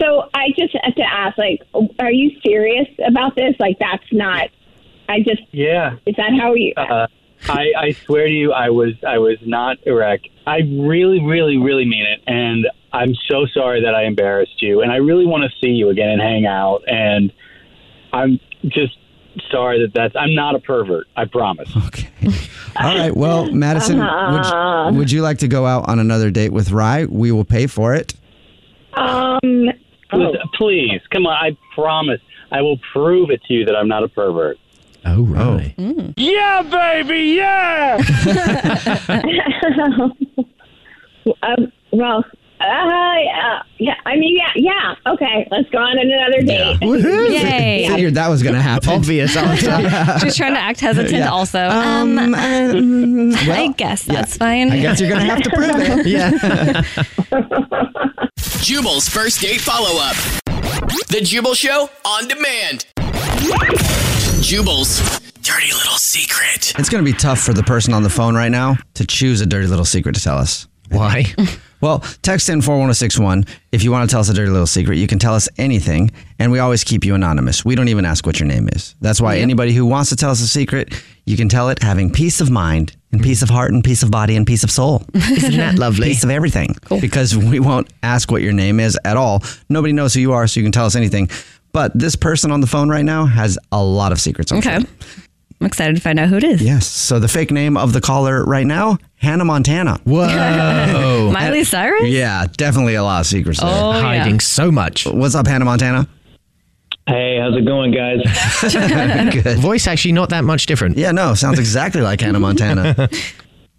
so I just have to ask, like, are you serious about this? Like, that's not. I just. Yeah. Is that how you? Uh, I, I swear to you, I was I was not erect. I really, really, really mean it, and I'm so sorry that I embarrassed you. And I really want to see you again and hang out. And I'm just sorry that that's. I'm not a pervert. I promise. Okay. All right. Well, Madison, would, you, would you like to go out on another date with Rye? We will pay for it. Um. Oh, Listen, please, come on. I promise. I will prove it to you that I'm not a pervert. Oh, right. Yeah, baby. Yeah. um, well, uh, yeah, yeah. I mean, yeah, yeah. Okay, let's go on another date. Yay. Figured that was going to happen. Obvious. She's trying to act hesitant Yeah. mm, also. Um, um, I guess that's fine. I guess you're going to have to prove it. Yeah. Jubal's first date follow up. The Jubal Show on demand. Jubal's dirty little secret. It's going to be tough for the person on the phone right now to choose a dirty little secret to tell us. Why? well, text in 41061 if you want to tell us a dirty little secret. You can tell us anything, and we always keep you anonymous. We don't even ask what your name is. That's why anybody who wants to tell us a secret, you can tell it having peace of mind and peace of heart and peace of body and peace of soul. Isn't that lovely? Peace of everything. Because we won't ask what your name is at all. Nobody knows who you are, so you can tell us anything. But this person on the phone right now has a lot of secrets. I'm Okay. sure. I'm excited to find out who it is. Yes. So the fake name of the caller right now, Hannah Montana. Whoa. Miley Cyrus? Yeah, definitely a lot of secrets there. Oh, yeah. Hiding so much. What's up, Hannah Montana? Hey, how's it going, guys? Good. Voice actually not that much different. Yeah, no, sounds exactly like Hannah Montana.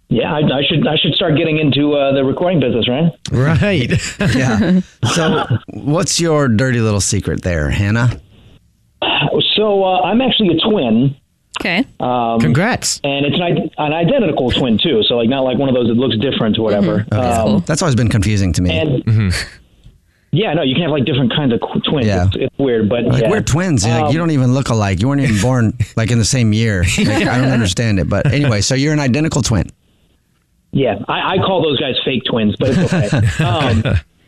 Yeah, I, I should I should start getting into uh, the recording business, right? right. yeah. So what's your dirty little secret there, Hannah? So uh, I'm actually a twin. Okay. Um, Congrats. And it's an, id- an identical twin too. So like not like one of those that looks different or whatever. Mm-hmm. Okay. Um, That's always been confusing to me. and yeah, no, you can have like different kinds of qu- twins. Yeah. It's, it's weird, but Like yeah. we're twins. You're like, Um, you don't even look alike. You weren't even born like in the same year. Like, I don't understand it. But anyway, so you're an identical twin. Yeah, I, I call those guys fake twins, but it's okay. um,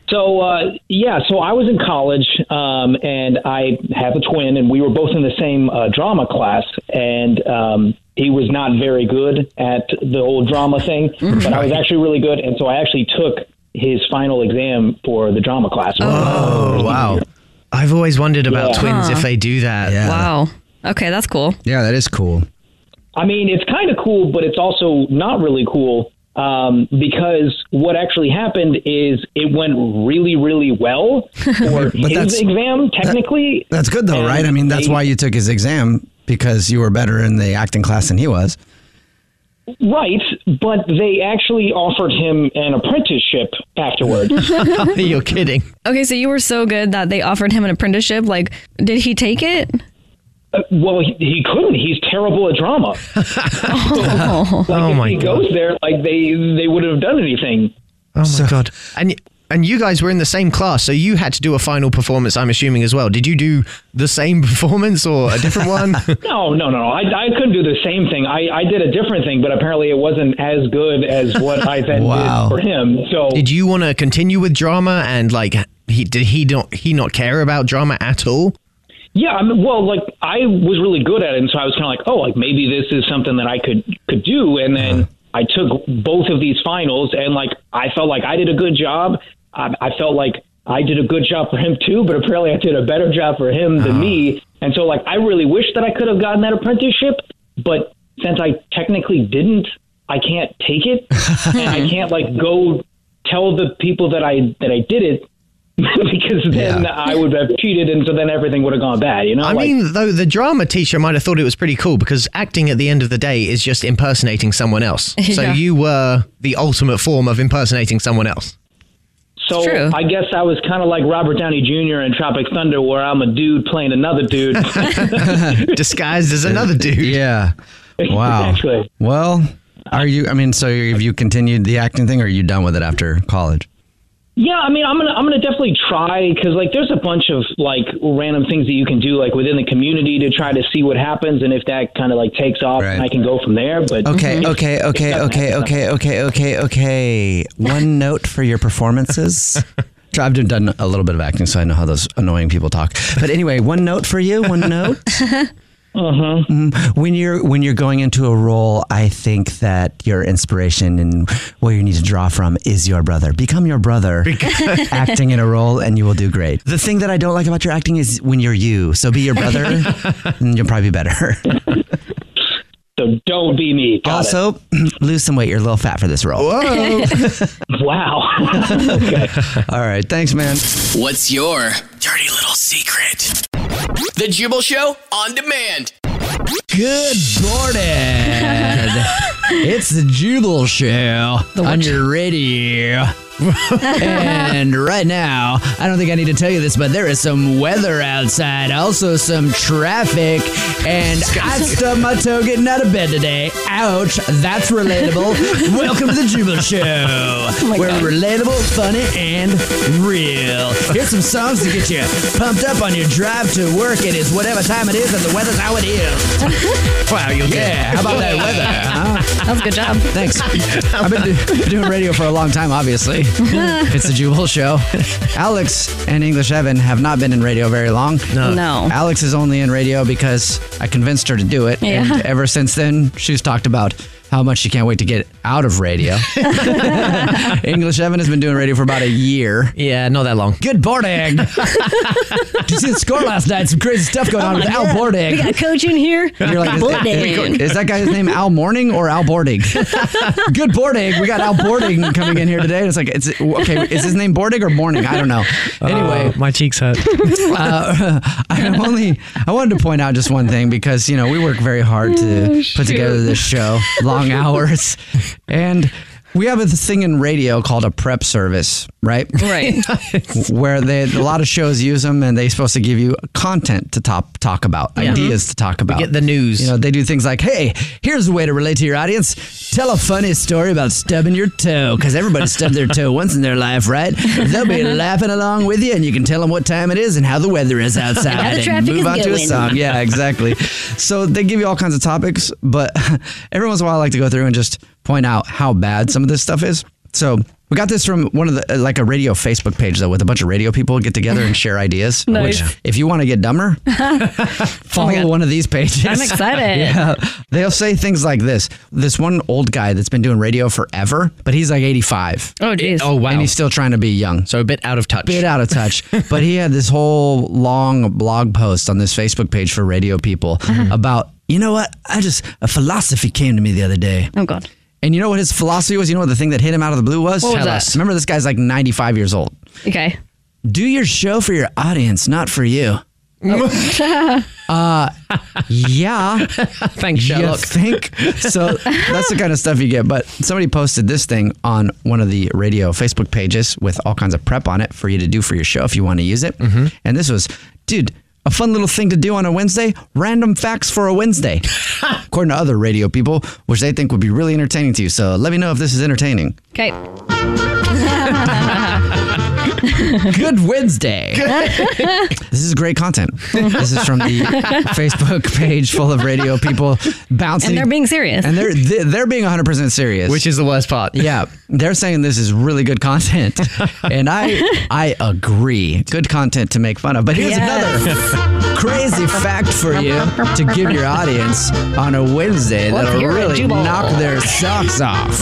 so uh, yeah, so I was in college, um, and I have a twin, and we were both in the same uh, drama class, and um, he was not very good at the whole drama thing, but I was actually really good, and so I actually took his final exam for the drama class. Oh, wow. I've always wondered about Yeah. twins if Huh. they do that. Wow. Okay, that's cool. Yeah, that is cool. I mean, it's kind of cool, but it's also not really cool um, because what actually happened is it went really, really well for But that's- his exam, technically. That's good though, right? I mean, that's why you took his exam because you were better in the acting class than he was. Right, but they actually offered him an apprenticeship afterwards. You're kidding. Okay, so you were so good that they offered him an apprenticeship. Like, did he take it? Um, Uh, well, he, he couldn't. He's terrible at drama. oh, oh my he God. goes there like they they wouldn't have done anything. Oh my god! And and you guys were in the same class, so you had to do a final performance. I'm assuming as well. Did you do the same performance or a different one? No, no, no, no. I, I couldn't do the same thing. I, I did a different thing, but apparently it wasn't as good as what I then Wow. did for him. So did you want to continue with drama and like he did he not he not care about drama at all? Yeah, I mean, well, like I was really good at it, and so I was kind of like, oh, like maybe this is something that I could could do. And then I took both of these finals, and like I felt like I did a good job. I, I felt like I did a good job for him too, but apparently I did a better job for him than Uh-huh. me. And so, like, I really wish that I could have gotten that apprenticeship, but since I technically didn't, I can't take it, and I can't like go tell the people that I that I did it because then I would have cheated, and so then everything would have gone bad. You know, I Like, mean, though the drama teacher might have thought it was pretty cool because acting at the end of the day is just impersonating someone else. So Yeah. you were the ultimate form of impersonating someone else. so I guess I was kind of like Robert Downey Jr. in Tropic Thunder, where I'm a dude playing another dude. disguised as another dude. Yeah. Wow. Exactly. Well, are you? I mean, so have you continued the acting thing, or are you done with it after college? yeah, I mean, I'm gonna I'm gonna definitely try because like there's a bunch of like random things that you can do like within the community to try to see what happens, and if that kind of like takes off, I can go from there. But Mhm. Okay, it's- okay, Mm-hmm. it's okay, nothing. okay, okay, okay, okay, okay. One note for your performances. So I've done a little bit of acting, so I know how those annoying people talk. But anyway, one note for you. One note. Mm, Uh-huh. When you're when you're going into a role, I think that your inspiration and where you need to draw from is your brother. Become your brother, acting in a role, and you will do great. The thing that I don't like about your acting is when you're you. So be your brother, and you'll probably be better. So don't be me. Got it. also, lose some weight. You're a little fat for this role. wow. All right. Thanks, man. What's your dirty little secret? The Jubal Show on demand. Good morning. it's the Jubal Show on your radio. and right now, I don't think I need to tell you this, but there is some weather outside, also some traffic, and I stubbed my toe getting out of bed today. Ouch, that's relatable. Welcome to the Jubal Show. Oh We're relatable, funny, and real. Here's some songs to get you pumped up on your drive to work. It is whatever time it is, and the weather's how it is. Wow, you'll Yeah, how about that weather? Huh? That was a good job. Thanks. I've been do- doing radio for a long time, obviously. it's the Jubal Show. Alex and English Evan have not been in radio very long. No. No. Alex is only in radio because I convinced her to do it. Yeah. And ever since then, she's talked about how much she can't wait to get out of radio. English Evan has been doing radio for about a year. Yeah, not that long. Good morning. Did you see the score last night? Some crazy stuff Oh going on with Al Bordig. We got a coach in here. And you're like, is, Boarding. is that guy's name Al Morning or Al Bordig? Good Bordig. We got Al Bordig coming in here today. It's like, it's okay. Is his name Bordig or Morning? I don't know. Oh, Anyway, my cheeks hurt. uh, I'm only. I wanted to point out just one thing because you know we work very hard to put together this show, long hours, and. We have a thing in radio called a prep service, right? Right. Where they a lot of shows use them, and they're supposed to give you content to top, talk about, Yeah. ideas to talk about. get the news. You know, they do things like, "Hey, here's a way to relate to your audience. Tell a funny story about stubbing your toe, because everybody stubbed their toe once in their life, right? They'll be laughing along with you, and you can tell them what time it is and how the weather is outside. How the and traffic move is on to a going. song. Yeah, exactly. so they give you all kinds of topics, but every once in a while, I like to go through and just point out how bad some of this stuff is. So. We got this from one of the uh, like a radio Facebook page though, with a bunch of radio people get together and share ideas. Nice. Which, if you want to get dumber, follow one of these pages. Oh I'm excited. yeah. They'll say things like this. This one old guy that's been doing radio forever, but he's like 85. Oh, geez. Oh, wow. And he's still trying to be young. So a bit out of touch. Bit out of touch. but he had this whole long blog post on this Facebook page for radio people Uh-huh. about, you know what? I just, a philosophy came to me the other day. Oh, God. And you know what his philosophy was? You know what the thing that hit him out of the blue was? What was Tell that? us. Remember, this guy's like 95 years old. Okay. Do your show for your audience, not for you. Oh. Uh, yeah. Thanks, Sherlock. think? So that's the kind of stuff you get. But somebody posted this thing on one of the radio Facebook pages with all kinds of prep on it for you to do for your show if you want to use it. And this was, dude, a fun little thing to do on a Wednesday random facts for a Wednesday, according to other radio people, which they think would be really entertaining to you. So let me know if this is entertaining. Okay. Good Wednesday. this is great content. This is from the Facebook page full of radio people bouncing. And they're being serious. And they're they- they're being 100% serious. Which is the worst part. Yeah. They're saying this is really good content. and I I agree. Good content to make fun of. But here's another crazy fact for you to give your audience on a Wednesday Let's that'll hear it, really Jubal. knock their socks off.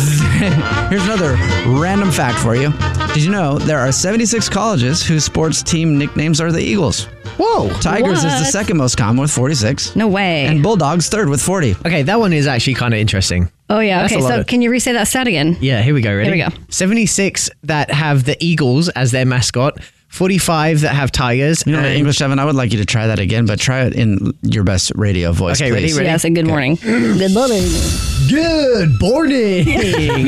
Here's another random fact for you. Did you know there are 76 colleges whose sports team nicknames are the Eagles? Whoa. Tigers is the What? second most common with 46. No way. And Bulldogs third with 40. Okay, that one is actually kind of interesting. Oh, yeah. That's Okay. a lot So of- can you re say that stat again? Yeah, here we go. Ready? Here we go. 76 that have the Eagles as their mascot, 45 that have Tigers. You know, what, English Evan, I would like you to try that again, but try it in your best radio voice. Okay, ready, please. ready? Yeah, say good morning. good morning. Good morning,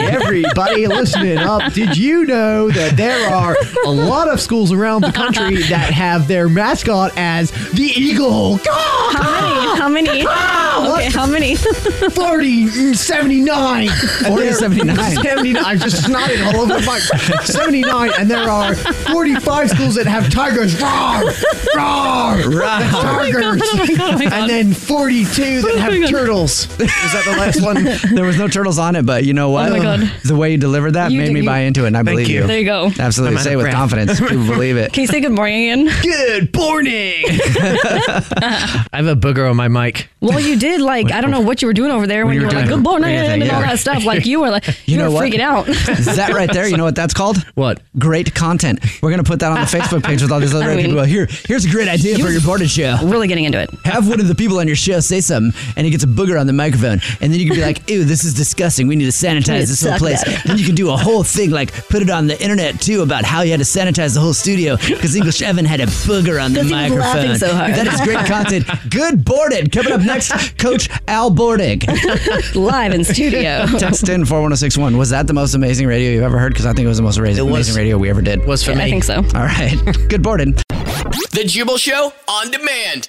everybody listening up. Did you know that there are a lot of schools around the country that have their mascot as the Eagle? How many? Ah, How many? Okay, how many? 40, 79. 40, 79. 79. I'm just nodding all over the mic. 79, and there are 45 schools that have tigers. Roar! Oh Roar! Right. That's tigers. and then 42 Oh that have turtles. Is that the last one? There was no turtles on it, but you know what? Oh my God. The way you delivered that You made did- me you- buy into it, and I Thank believe you. you. There you go. Absolutely. I'm out Say of it with breath. confidence. People believe it. Can you say good morning again? Good morning. I have a booger on my mic. Well, you did like I don't know what you were doing over there when, When you you were were like doing good it. morning Weird thing, and all yeah. that stuff. Like you were like you, know were what? freaking out. that right there, you know what that's called? What? Great content. We're gonna put that on the Facebook page with all these other I radio mean- people. Here, here's a great idea for your boarded show. really getting into it. Have one of the people on your show say something, and he gets a booger on the microphone, and then you can be like, "Ew, this is disgusting. We need to We need sanitize to this whole suck place." that. Then you can do a whole thing, like put it on the internet too, about how you had to sanitize the whole studio because English Evan had a booger on the 'Cause he was microphone. laughing so hard. That is great content. Good boarded. Coming up next, Coach Al Bordig. Live in studio. Text in 41061. Was that the most amazing radio you've ever heard? Because I think it was the most amazing, It was- amazing radio we ever did. Was for Yeah, I me. think so. All right. Good boarding. The Jubal Show on demand.